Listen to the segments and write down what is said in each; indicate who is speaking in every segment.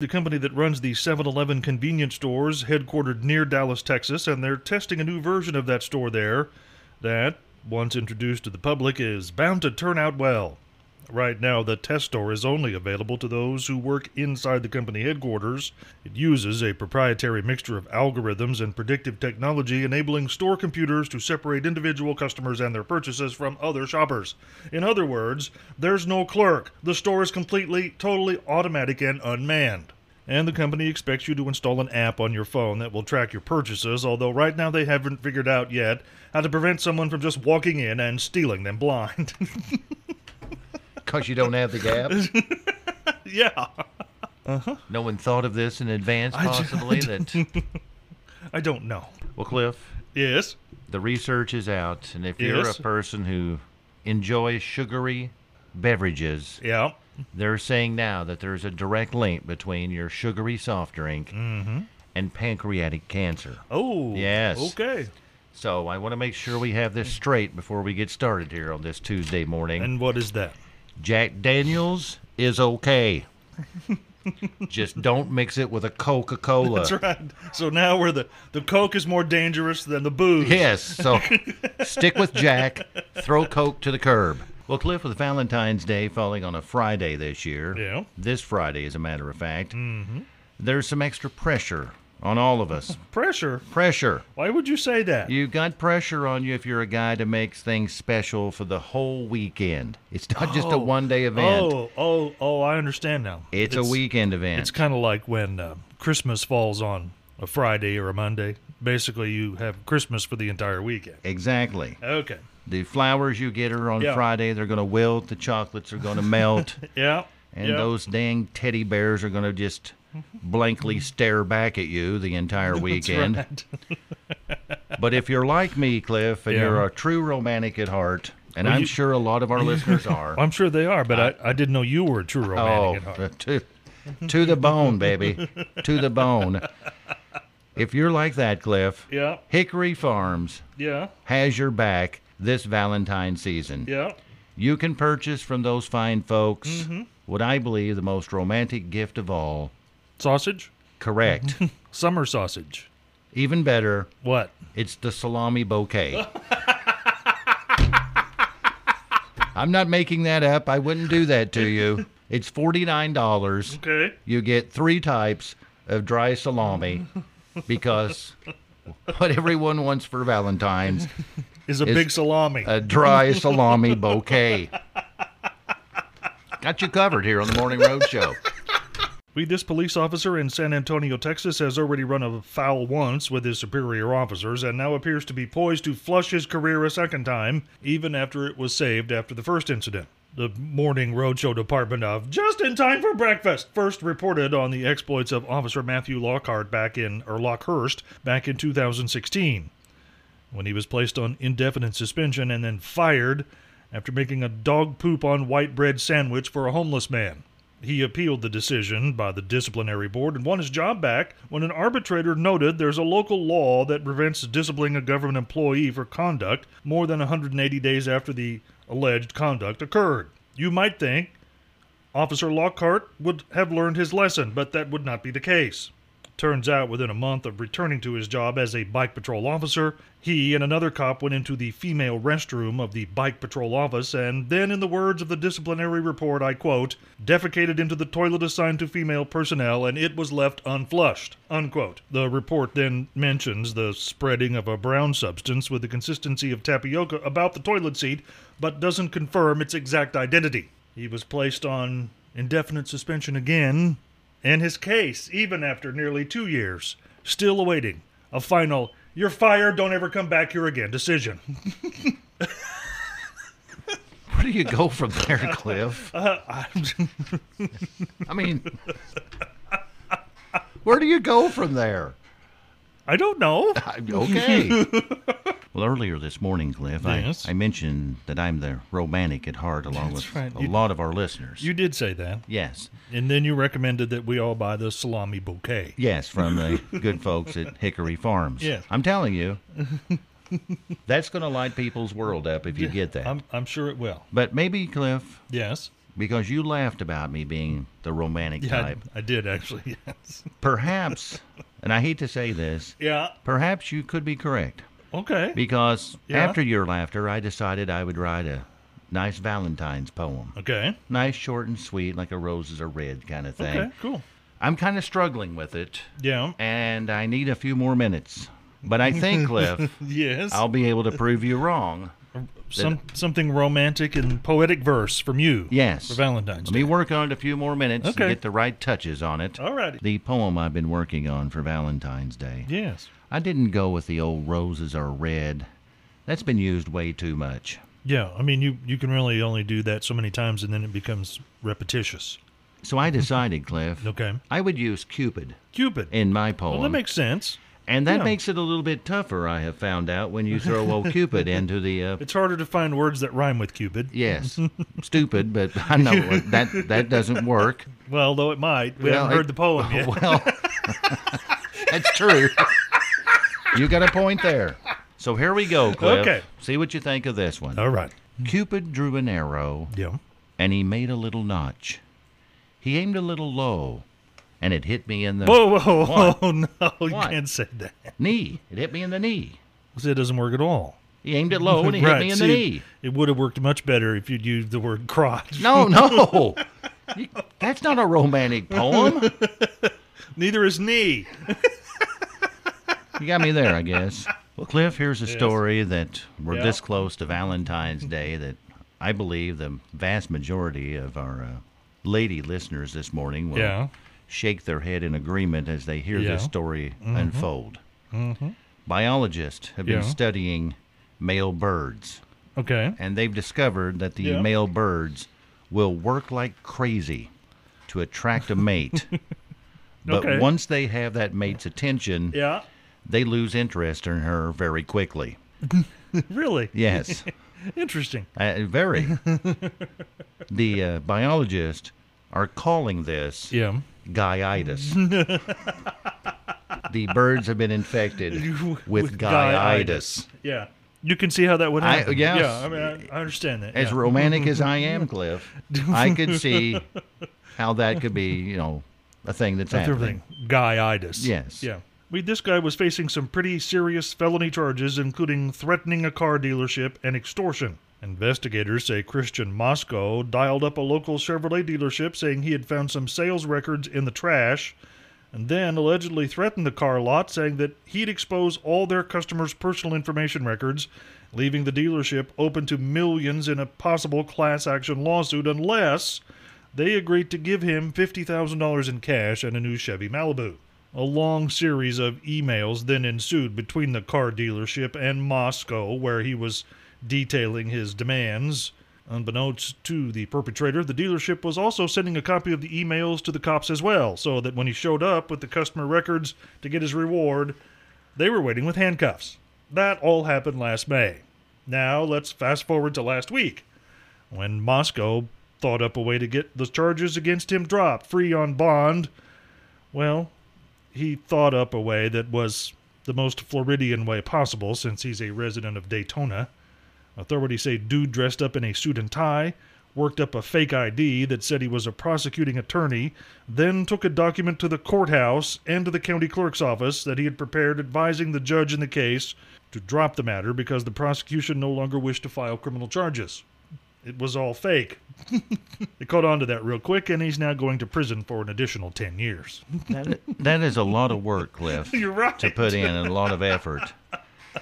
Speaker 1: The company that runs the 7 Eleven convenience stores, headquartered near Dallas, Texas, and they're testing a new version of that store there that, once introduced to the public, is bound to turn out well. Right now, the test store is only available to those who work inside the company headquarters. It uses a proprietary mixture of algorithms and predictive technology, enabling store computers to separate individual customers and their purchases from other shoppers. In other words, there's no clerk. The store is completely, totally automatic and unmanned. And the company expects you to install an app on your phone that will track your purchases, although right now they haven't figured out yet how to prevent someone from just walking in and stealing them blind.
Speaker 2: Because you don't have the gap.
Speaker 1: yeah.
Speaker 2: No one thought of this in advance,
Speaker 1: I ju-
Speaker 2: possibly. that
Speaker 1: I don't know.
Speaker 2: well, Cliff,
Speaker 1: Yes.
Speaker 2: the research is out, and if you're a
Speaker 1: Yes.
Speaker 2: person who enjoys sugary beverages,
Speaker 1: Yeah.
Speaker 2: they're saying now that there's a direct link between your sugary soft drink
Speaker 1: Mm-hmm.
Speaker 2: and pancreatic cancer.
Speaker 1: Oh.
Speaker 2: Yes.
Speaker 1: Okay.
Speaker 2: So I want to make sure we have this straight before we get started here on this Tuesday morning.
Speaker 1: And what is that?
Speaker 2: Jack Daniels is okay. Just don't mix it with a Coca Cola.
Speaker 1: That's right. So now we're the the Coke is more dangerous than the booze.
Speaker 2: Yes, so stick with Jack, throw Coke to the curb. Well, Cliff, with Valentine's Day falling on a Friday this year,
Speaker 1: Yeah. Mm-hmm.
Speaker 2: this Friday, as a matter of fact, there's some extra pressure on all of us.
Speaker 1: Pressure.
Speaker 2: pressure.
Speaker 1: Why would you say that?
Speaker 2: You've got pressure on you if you're a guy to make things special for the whole weekend. It's not just a one day event,
Speaker 1: oh, oh, oh! I understand now.
Speaker 2: it's, a weekend event.
Speaker 1: It's kind of like when uh, Christmas falls on a Friday or a Monday. Basically, you have Christmas for the entire weekend.
Speaker 2: exactly.
Speaker 1: Okay.
Speaker 2: The flowers you get are on
Speaker 1: Yeah.
Speaker 2: Friday, they're going to wilt, the chocolates are going to melt.
Speaker 1: Yeah.
Speaker 2: And
Speaker 1: yeah.
Speaker 2: those dang teddy bears are going to just blankly stare back at you the entire weekend.
Speaker 1: Right.
Speaker 2: But if you're like me, Cliff, and
Speaker 1: Yeah.
Speaker 2: you're a true romantic at heart, and
Speaker 1: Well,
Speaker 2: I'm
Speaker 1: you-
Speaker 2: sure a lot of our listeners are.
Speaker 1: I'm sure they are, but I, I didn't know you were a true romantic at heart.
Speaker 2: oh, to, to the bone, baby. to the bone. If you're like that, Cliff,
Speaker 1: Yeah.
Speaker 2: Hickory Farms
Speaker 1: Yeah.
Speaker 2: has your back this Valentine season.
Speaker 1: Yeah.
Speaker 2: You can purchase from those fine folks
Speaker 1: Mm-hmm.
Speaker 2: what I believe the most romantic gift of all.
Speaker 1: Sausage.
Speaker 2: Correct.
Speaker 1: Summer sausage.
Speaker 2: Even better,
Speaker 1: What?
Speaker 2: It's the salami bouquet. I'm not making that up. I wouldn't do that to you. It's $49.
Speaker 1: Okay.
Speaker 2: You get three types of dry salami because what everyone wants for Valentine's
Speaker 1: Is a
Speaker 2: Is-
Speaker 1: big salami.
Speaker 2: a dry salami bouquet. Got you covered here on the Morning Road Show.
Speaker 1: we, this police officer in San Antonio, Texas, has already run afoul once with his superior officers and now appears to be poised to flush his career a second time, even after it was saved after the first incident. The Morning Roadshow Department of Just in Time for Breakfast first reported on the exploits of Officer Matthew Lockhart back in, or Lockhurst, back in 2016. when he was placed on indefinite suspension and then fired after making a dog poop on white bread sandwich for a homeless man. He appealed the decision by the disciplinary board and won his job back when an arbitrator noted there's a local law that prevents disciplining a government employee for conduct more than 180 days after the alleged conduct occurred. You might think Officer Lockhart would have learned his lesson, but that would not be the case. Turns out, within a month of returning to his job as a bike patrol officer, he and another cop went into the female restroom of the bike patrol office and then, in the words of the disciplinary report, I quote, defecated into the toilet assigned to female personnel and it was left unflushed, unquote. The report then mentions the spreading of a brown substance with the consistency of tapioca about the toilet seat, but doesn't confirm its exact identity. He was placed on indefinite suspension again, and his case, even after nearly two years, still awaiting a final, you're fired, don't ever come back here again decision.
Speaker 2: Where do you go from there, Cliff?
Speaker 1: Uh,
Speaker 2: I mean, where do you go from there?
Speaker 1: I don't know.
Speaker 2: I- Okay. well, earlier this morning, Cliff,
Speaker 1: Yes.
Speaker 2: I, I mentioned that I'm the romantic at heart, along with
Speaker 1: right.
Speaker 2: a
Speaker 1: You-
Speaker 2: lot of our listeners.
Speaker 1: You did say that.
Speaker 2: yes,
Speaker 1: And then you recommended that we all buy the salami bouquet.
Speaker 2: yes, from the good folks at Hickory Farms.
Speaker 1: Yes.
Speaker 2: I'm telling you, that's going to light people's world up if you get that.
Speaker 1: I'm, I'm sure it will.
Speaker 2: but maybe, Cliff,
Speaker 1: Yes.
Speaker 2: because you laughed about me being the romantic
Speaker 1: Yeah,
Speaker 2: type,
Speaker 1: I, I did actually. Yes.
Speaker 2: perhaps, and I hate to say this,
Speaker 1: Yeah.
Speaker 2: perhaps you could be correct.
Speaker 1: Okay.
Speaker 2: Because
Speaker 1: Yeah?
Speaker 2: after your laughter, I decided I would write a nice Valentine's poem.
Speaker 1: Okay.
Speaker 2: Nice, short, and sweet, like a roses are red kind of thing.
Speaker 1: Okay. Cool.
Speaker 2: I'm kind of struggling with it,
Speaker 1: Yeah.
Speaker 2: and I need a few more minutes. But I think, Cliff,
Speaker 1: Yes.
Speaker 2: I'll be able to prove you wrong.
Speaker 1: Some something romantic and poetic verse from you.
Speaker 2: Yes.
Speaker 1: For Valentine's
Speaker 2: Let me
Speaker 1: Day.
Speaker 2: work on it a few more minutes
Speaker 1: Okay.
Speaker 2: and get the right touches on it.
Speaker 1: All righty.
Speaker 2: The poem I've been working on for Valentine's Day.
Speaker 1: Yes.
Speaker 2: I didn't go with the old roses are red. That's been used way too much.
Speaker 1: Yeah. I mean, you you can really only do that so many times, and then it becomes repetitious.
Speaker 2: So I decided, Cliff,
Speaker 1: Okay.
Speaker 2: I would use Cupid
Speaker 1: Cupid.
Speaker 2: in my poem.
Speaker 1: well, that makes sense.
Speaker 2: and that
Speaker 1: yeah.
Speaker 2: makes it a little bit tougher, I have found out, when you throw old Cupid into the. Uh,
Speaker 1: It's harder to find words that rhyme with Cupid.
Speaker 2: yes, stupid, but I know it- that, that doesn't work.
Speaker 1: Well, though it might. We
Speaker 2: Well,
Speaker 1: haven't heard
Speaker 2: it-
Speaker 1: the poem yet.
Speaker 2: Well, that's true. You got a point there. So here we go, Cliff.
Speaker 1: Okay.
Speaker 2: See what you think of this one.
Speaker 1: All right.
Speaker 2: Cupid drew an arrow
Speaker 1: Yeah.
Speaker 2: and he made a little notch. He aimed a little low and it hit me in the
Speaker 1: Whoa, whoa, whoa! no, you
Speaker 2: What?
Speaker 1: can't say that.
Speaker 2: knee. It hit me in the knee.
Speaker 1: See, it doesn't work at all.
Speaker 2: He aimed it low and he hit me in the
Speaker 1: see,
Speaker 2: knee.
Speaker 1: It would have worked much better if you'd used the word crotch.
Speaker 2: No, no. You- That's not a romantic poem.
Speaker 1: Neither is knee.
Speaker 2: You got me there, I guess. Well, Cliff, here's a story that we're
Speaker 1: Yeah.
Speaker 2: this close to Valentine's Day that I believe the vast majority of our uh, lady listeners this morning will
Speaker 1: Yeah.
Speaker 2: shake their head in agreement as they hear this
Speaker 1: Yeah. Mm-hmm.
Speaker 2: story unfold. Biologists have been
Speaker 1: Yeah.
Speaker 2: studying male birds,
Speaker 1: Okay.
Speaker 2: and they've discovered that the
Speaker 1: Yeah.
Speaker 2: male birds will work like crazy to attract a mate. but
Speaker 1: Okay.
Speaker 2: once they have that mate's attention,
Speaker 1: Yeah.
Speaker 2: they lose interest in her very quickly.
Speaker 1: Really?
Speaker 2: Yes,
Speaker 1: Interesting.
Speaker 2: uh, very. the uh, biologists are calling this
Speaker 1: Yeah.
Speaker 2: guyitis. the birds have been infected with guyitis.
Speaker 1: Yeah. You can see how that would
Speaker 2: I-
Speaker 1: happen.
Speaker 2: yes.
Speaker 1: Yeah. I mean, I, I understand that.
Speaker 2: As
Speaker 1: yeah.
Speaker 2: romantic as I am, Cliff, I could see how that could be, you know, a thing that's
Speaker 1: That's
Speaker 2: happening.
Speaker 1: everything. Guyitis.
Speaker 2: Yes.
Speaker 1: Yeah. We, this guy was facing some pretty serious felony charges, including threatening a car dealership and extortion. Investigators say Christian Moscow dialed up a local Chevrolet dealership saying he had found some sales records in the trash, and then allegedly threatened the car lot, saying that he'd expose all their customers' personal information records, leaving the dealership open to millions in a possible class action lawsuit unless they agreed to give him $50,000 in cash and a new Chevy Malibu. A long series of emails then ensued between the car dealership and Moscow, where he was detailing his demands. Unbeknownst to the perpetrator, the dealership was also sending a copy of the emails to the cops as well, so that when he showed up with the customer records to get his reward, they were waiting with handcuffs. That all happened last May. Now let's fast forward to last week when Moscow thought up a way to get the charges against him dropped free on bond. Well, he thought up a way that was the most Floridian way possible since he's a resident of Daytona. Authorities say dude dressed up in a suit and tie worked up a fake ID that said he was a prosecuting attorney, then took a document to the courthouse and to the county clerk's office that he had prepared advising the judge in the case to drop the matter because the prosecution no longer wished to file criminal charges it was all fake. they caught on to that real quick, and he's now going to prison for an additional 10 years.
Speaker 2: That, that is a lot of work, Cliff,
Speaker 1: You're right.
Speaker 2: to put in and a lot of effort.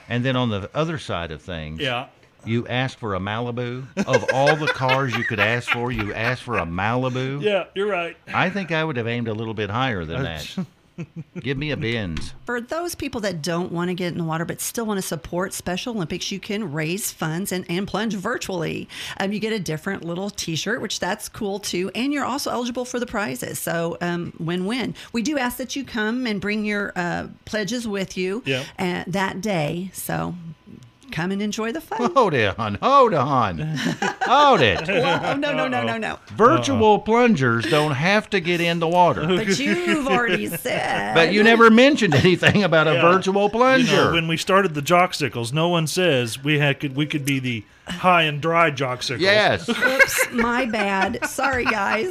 Speaker 2: And then on the other side of things,
Speaker 1: Yeah.
Speaker 2: You asked for a Malibu. Of all the cars you could ask for, you asked for a Malibu.
Speaker 1: Yeah, you're right.
Speaker 2: I think I would have aimed a little bit higher than that. Give me a bins.
Speaker 3: For those people that don't want to get in the water but still want to support Special Olympics, you can raise funds and, and plunge virtually. Um, you get a different little t shirt, which that's cool too. And you're also eligible for the prizes. So um, win win. We do ask that you come and bring your uh, pledges with you
Speaker 1: Yeah.
Speaker 3: uh, that day. So come and enjoy the fun.
Speaker 2: Hold on, hold on, hold it.
Speaker 3: Whoa, oh, no, no, no, no, no.
Speaker 2: Virtual plungers don't have to get in the water.
Speaker 3: But you've already said.
Speaker 2: But you never mentioned anything about a
Speaker 1: Yeah.
Speaker 2: virtual
Speaker 1: You know,
Speaker 2: plunger.
Speaker 1: when we started the jocksicles, no one says we had could we could be the high and dry jocksicles.
Speaker 2: Yes.
Speaker 3: Oops, my bad. Sorry, guys.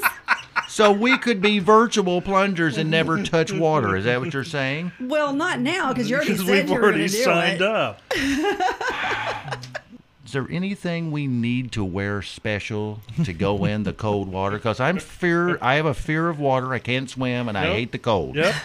Speaker 2: So we could be virtual plungers and never touch water. Is that what you're saying?
Speaker 3: Well, not now because you already
Speaker 1: because
Speaker 3: said
Speaker 1: we've
Speaker 3: you were going
Speaker 1: already
Speaker 3: to do
Speaker 1: signed
Speaker 3: it.
Speaker 1: up.
Speaker 2: Is there anything we need to wear special to go in the cold water? Because I'm fear. I have a fear of water. I can't swim, and I
Speaker 1: Yep.
Speaker 2: hate the cold.
Speaker 1: Yep.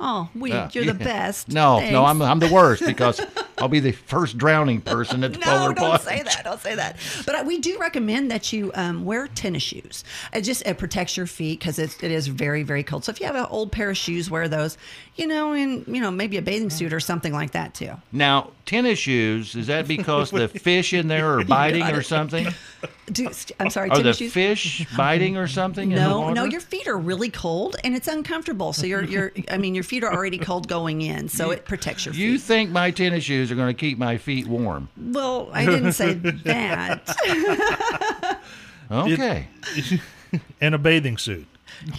Speaker 3: Oh, we,
Speaker 2: Yeah.
Speaker 3: you're the best.
Speaker 2: No,
Speaker 3: Thanks.
Speaker 2: no, I'm I'm the worst because I'll be the first drowning person at the
Speaker 3: No,
Speaker 2: polar
Speaker 3: don't
Speaker 2: plunge.
Speaker 3: say that. Don't say that. But uh, we do recommend that you um, wear tennis shoes. It just it protects your feet because it is very very cold. So if you have an old pair of shoes, wear those. You know, and you know maybe a bathing suit or something like that too.
Speaker 2: Now, tennis shoes, is that because the fish in there are biting or something?
Speaker 3: Do, I'm sorry,
Speaker 2: Are the
Speaker 3: tennis shoes.
Speaker 2: fish biting or something? in the
Speaker 3: No, no,
Speaker 2: water?
Speaker 3: your feet are really cold and it's uncomfortable. So your your I mean your feet are already cold going in, so it protects your feet.
Speaker 2: You think my tennis shoes are going to keep my feet warm?
Speaker 3: well, I didn't say that.
Speaker 2: Okay.
Speaker 1: And a bathing suit.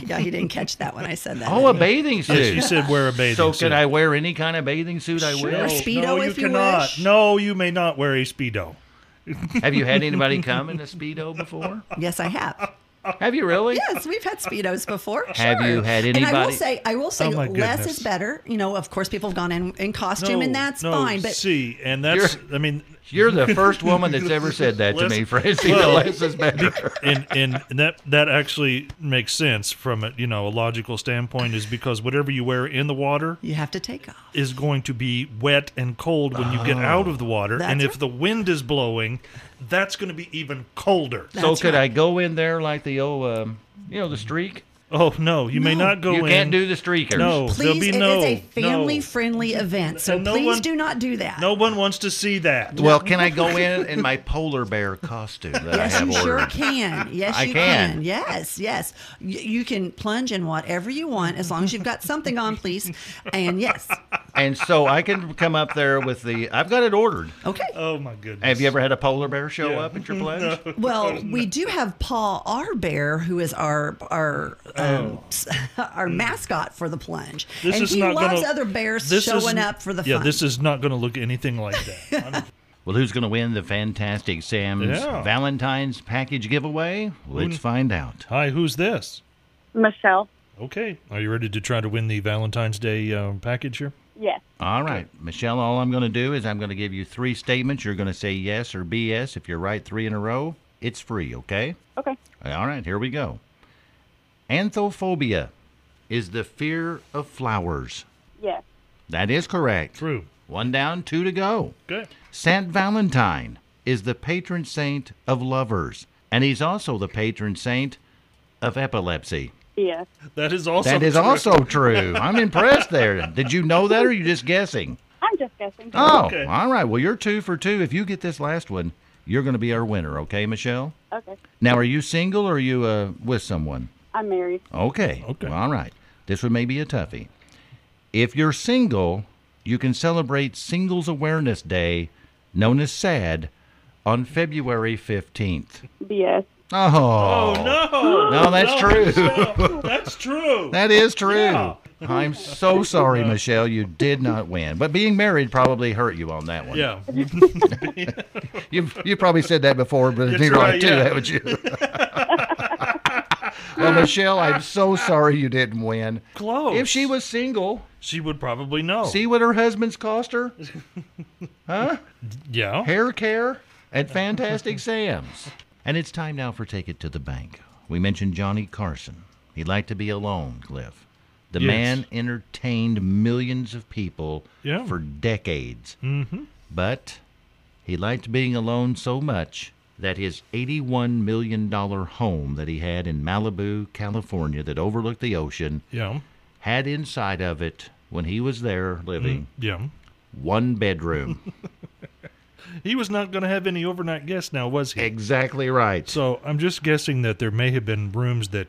Speaker 3: yeah, he didn't catch that when I said that.
Speaker 2: oh, a bathing suit.
Speaker 1: Yes, you said wear a bathing
Speaker 2: so
Speaker 1: suit.
Speaker 2: can I wear any kind of bathing suit I
Speaker 3: Sure.
Speaker 1: No,
Speaker 3: Or a
Speaker 2: wish?
Speaker 3: Speedo
Speaker 1: no,
Speaker 3: if you
Speaker 1: cannot.
Speaker 3: wish.
Speaker 1: No, you may not wear a speedo.
Speaker 2: Have you had anybody come in a speedo before?
Speaker 3: Yes, I have.
Speaker 2: Have you really?
Speaker 3: Yes, we've had speedos before.
Speaker 2: Have you
Speaker 3: sure.
Speaker 2: had
Speaker 3: And I will
Speaker 2: anybody-
Speaker 3: say, I will say,
Speaker 1: Oh, my
Speaker 3: less
Speaker 1: goodness.
Speaker 3: is better. You know, of course, people have gone in in
Speaker 1: No,
Speaker 3: costume, and that's
Speaker 1: no,
Speaker 3: fine. But
Speaker 1: see, and that's
Speaker 2: You're-
Speaker 1: I mean,
Speaker 2: You're the first woman that's ever said that to me,
Speaker 1: Listen-
Speaker 2: Francie.
Speaker 1: well,
Speaker 2: the less is better.
Speaker 1: and, and and that that actually makes sense from a you know a logical standpoint is because whatever you wear in the water
Speaker 3: you have to take off.
Speaker 1: is going to be wet and cold when you get out of the water, and
Speaker 3: Oh. That's
Speaker 1: if
Speaker 3: right.
Speaker 1: the wind is blowing, that's going to be even colder.
Speaker 2: So
Speaker 3: That's
Speaker 2: could
Speaker 3: right.
Speaker 2: I go in there like the old, um, you know, the streak?
Speaker 1: Oh no, you may
Speaker 3: No.
Speaker 1: not go
Speaker 2: You
Speaker 1: in.
Speaker 2: can't do the streakers.
Speaker 1: No, there'll
Speaker 3: Please,
Speaker 1: be
Speaker 3: it is
Speaker 1: no
Speaker 3: a
Speaker 1: no.
Speaker 3: family-friendly event, so
Speaker 1: And no
Speaker 3: please
Speaker 1: one-
Speaker 3: do not do that.
Speaker 1: No one wants to see that.
Speaker 2: Well, can I go in in my polar bear costume that I
Speaker 3: Yes,
Speaker 2: have
Speaker 3: you sure
Speaker 2: ordered?
Speaker 3: can. Yes,
Speaker 2: I
Speaker 3: you
Speaker 2: can.
Speaker 3: can. Yes, yes. Y- you can plunge in whatever you want as long as you've got something on, please. And yes,
Speaker 2: And so I can come up there with the. I've got it ordered.
Speaker 3: okay.
Speaker 1: Oh my goodness.
Speaker 2: Have you ever had a polar bear show
Speaker 1: Yeah.
Speaker 2: up at your plunge?
Speaker 3: Well, we do have Paul R. Bear, who is our our um, our mascot for the plunge,
Speaker 1: Oh. This
Speaker 3: and
Speaker 1: is
Speaker 3: he
Speaker 1: not
Speaker 3: loves
Speaker 1: gonna-
Speaker 3: other bears
Speaker 1: This
Speaker 3: showing
Speaker 1: isn't-
Speaker 3: up for the
Speaker 1: yeah,
Speaker 3: fun.
Speaker 1: this is not going to look anything like that. I'm-
Speaker 2: Well, who's going to win the Fantastic Sam's
Speaker 1: Yeah.
Speaker 2: Valentine's package giveaway? Let's find out.
Speaker 1: Hi, who's this?
Speaker 4: Michelle.
Speaker 1: Okay, are you ready to try to win the Valentine's Day um, package here?
Speaker 4: Yes.
Speaker 2: All right, Michelle, all I'm going to do is I'm going to give you three statements. You're going to say yes or BS. If you're right three in a row, it's free, okay?
Speaker 4: Okay.
Speaker 2: All right, here we go. Anthophobia is the fear of flowers.
Speaker 4: Yes.
Speaker 2: That is correct.
Speaker 1: True.
Speaker 2: One down, two to go.
Speaker 1: Okay.
Speaker 2: Saint Valentine is the patron saint of lovers, and he's also the patron saint of epilepsy.
Speaker 4: Yes.
Speaker 1: That is also
Speaker 2: That is
Speaker 1: true.
Speaker 2: also true. I'm impressed there. Did you know that or are you just guessing?
Speaker 4: I'm just guessing.
Speaker 2: Oh,
Speaker 1: Okay.
Speaker 2: all right. Well, you're two for two. If you get this last one, you're going to be our winner, okay, Michelle?
Speaker 4: Okay.
Speaker 2: Now, are you single or are you uh, with someone?
Speaker 4: I'm married.
Speaker 2: Okay.
Speaker 1: Okay.
Speaker 2: Well, all right. This one may be a toughie. If you're single, you can celebrate Singles Awareness Day, known as SAD, on February 15th.
Speaker 4: BS.
Speaker 2: Oh,
Speaker 1: Oh no!
Speaker 2: No, that's true.
Speaker 1: Michelle, that's true.
Speaker 2: That is true.
Speaker 1: Yeah.
Speaker 2: I'm so sorry, Michelle. You did not win, but being married probably hurt you on that one.
Speaker 1: yeah.
Speaker 2: You you probably said that before, but
Speaker 1: That's
Speaker 2: you're
Speaker 1: right,
Speaker 2: too,
Speaker 1: yeah.
Speaker 2: haven't you? well, Michelle, I'm so sorry you didn't win.
Speaker 1: Close.
Speaker 2: If she was single,
Speaker 1: she would probably know.
Speaker 2: see what her husband's cost her?
Speaker 1: yeah.
Speaker 2: Hair care at Fantastic Sam's. And it's time now for Take It to the Bank. We mentioned Johnny Carson. He'd like to be alone, Cliff. The
Speaker 1: Yes.
Speaker 2: man entertained millions of people
Speaker 1: Yeah.
Speaker 2: for decades. Mm-hmm. But he liked being alone so much that his $81 million home that he had in Malibu, California, that overlooked the ocean,
Speaker 1: Yeah.
Speaker 2: had inside of it when he was there living
Speaker 1: Yeah. Mm.
Speaker 2: one bedroom.
Speaker 1: He was not going to have any overnight guests now, was he?
Speaker 2: exactly right.
Speaker 1: So I'm just guessing that there may have been rooms that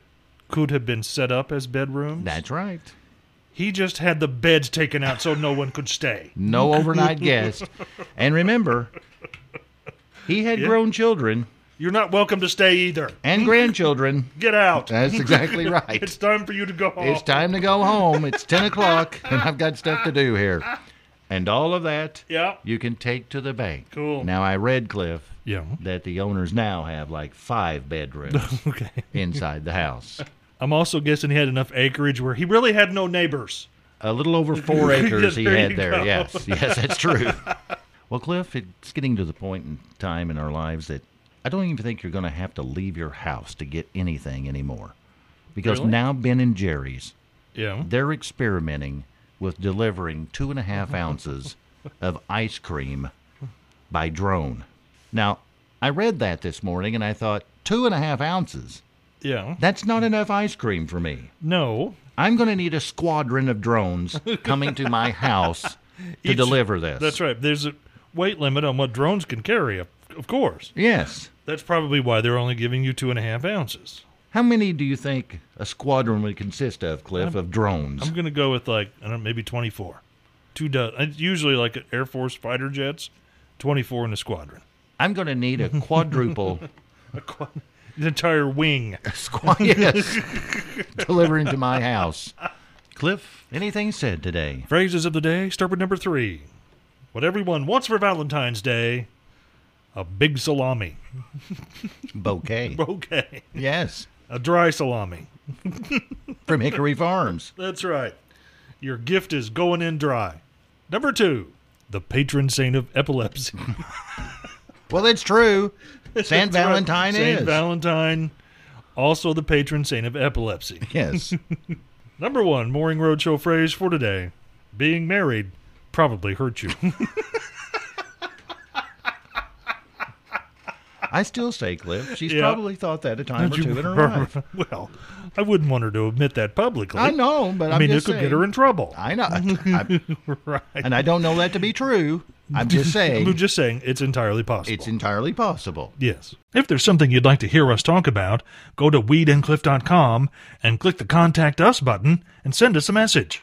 Speaker 1: could have been set up as bedrooms.
Speaker 2: That's right.
Speaker 1: He just had the beds taken out so no one could stay.
Speaker 2: No overnight guest. And remember, he had grown children
Speaker 1: You're not welcome to stay either.
Speaker 2: and grandchildren.
Speaker 1: Get out.
Speaker 2: That's exactly
Speaker 1: It's
Speaker 2: right.
Speaker 1: time for you to go home.
Speaker 2: It's time to go home. It's 10 o'clock, and I've got stuff to do here. And all of that
Speaker 1: Yeah.
Speaker 2: you can take to the bank.
Speaker 1: Cool.
Speaker 2: Now, I read, Cliff,
Speaker 1: Yeah.
Speaker 2: that the owners now have like five bedrooms
Speaker 1: Okay.
Speaker 2: inside the house.
Speaker 1: I'm also guessing he had enough acreage where he really had no neighbors.
Speaker 2: A little over four acres he
Speaker 1: There
Speaker 2: had
Speaker 1: you
Speaker 2: there.
Speaker 1: go.
Speaker 2: Yes, yes, that's true. well, Cliff, it's getting to the point in time in our lives that I don't even think you're going to have to leave your house to get anything anymore, because
Speaker 1: Really?
Speaker 2: now Ben and Jerry's
Speaker 1: Yeah.
Speaker 2: they're experimenting with delivering two and a half ounces of ice cream by drone. Now, I read that this morning and I thought two and a half ounces.
Speaker 1: Yeah.
Speaker 2: That's not enough ice cream for me.
Speaker 1: No.
Speaker 2: I'm going to need a squadron of drones coming to my house to
Speaker 1: Each-
Speaker 2: deliver this.
Speaker 1: That's right. There's a weight limit on what drones can carry, of of course.
Speaker 2: Yes.
Speaker 1: That's probably why they're only giving you two and a half ounces.
Speaker 2: How many do you think a squadron would consist of, Cliff, of drones?
Speaker 1: I'm going to go with like, I don't know, maybe 24. Two dozen. Usually like Air Force fighter jets, 24 in a squadron.
Speaker 2: I'm going to need a quadruple
Speaker 1: A quad- an entire wing.
Speaker 2: Squad, yes. Delivering to my house. Cliff, anything said today?
Speaker 1: Phrases of the day start with number three. What everyone wants for Valentine's Day a big salami.
Speaker 2: Bouquet.
Speaker 1: Okay.
Speaker 2: Yes.
Speaker 1: A dry salami.
Speaker 2: From Hickory Farms.
Speaker 1: That's right. Your gift is going in dry. Number two, the patron saint of epilepsy.
Speaker 2: Well, it's true. Saint
Speaker 1: That's right.
Speaker 2: Valentine
Speaker 1: Saint
Speaker 2: is.
Speaker 1: Valentine, also the patron saint of epilepsy.
Speaker 2: yes.
Speaker 1: Number one, Mooring Roadshow phrase for today being married probably hurt you.
Speaker 2: I still say Cliff. She's
Speaker 1: Yeah.
Speaker 2: probably thought that a time or two in her life.
Speaker 1: well, I wouldn't want her to admit that publicly.
Speaker 2: I know, but
Speaker 1: I
Speaker 2: am
Speaker 1: mean, it
Speaker 2: just
Speaker 1: could
Speaker 2: saying.
Speaker 1: get her in trouble.
Speaker 2: I know. I-
Speaker 1: right.
Speaker 2: and I don't know that to be true. I'm just
Speaker 1: I'm
Speaker 2: saying
Speaker 1: just saying it's entirely possible.
Speaker 2: it's entirely possible.
Speaker 1: Yes. If there's something you'd like to hear us talk about, go to weedandcliff.com and click the Contact Us button and send us a message.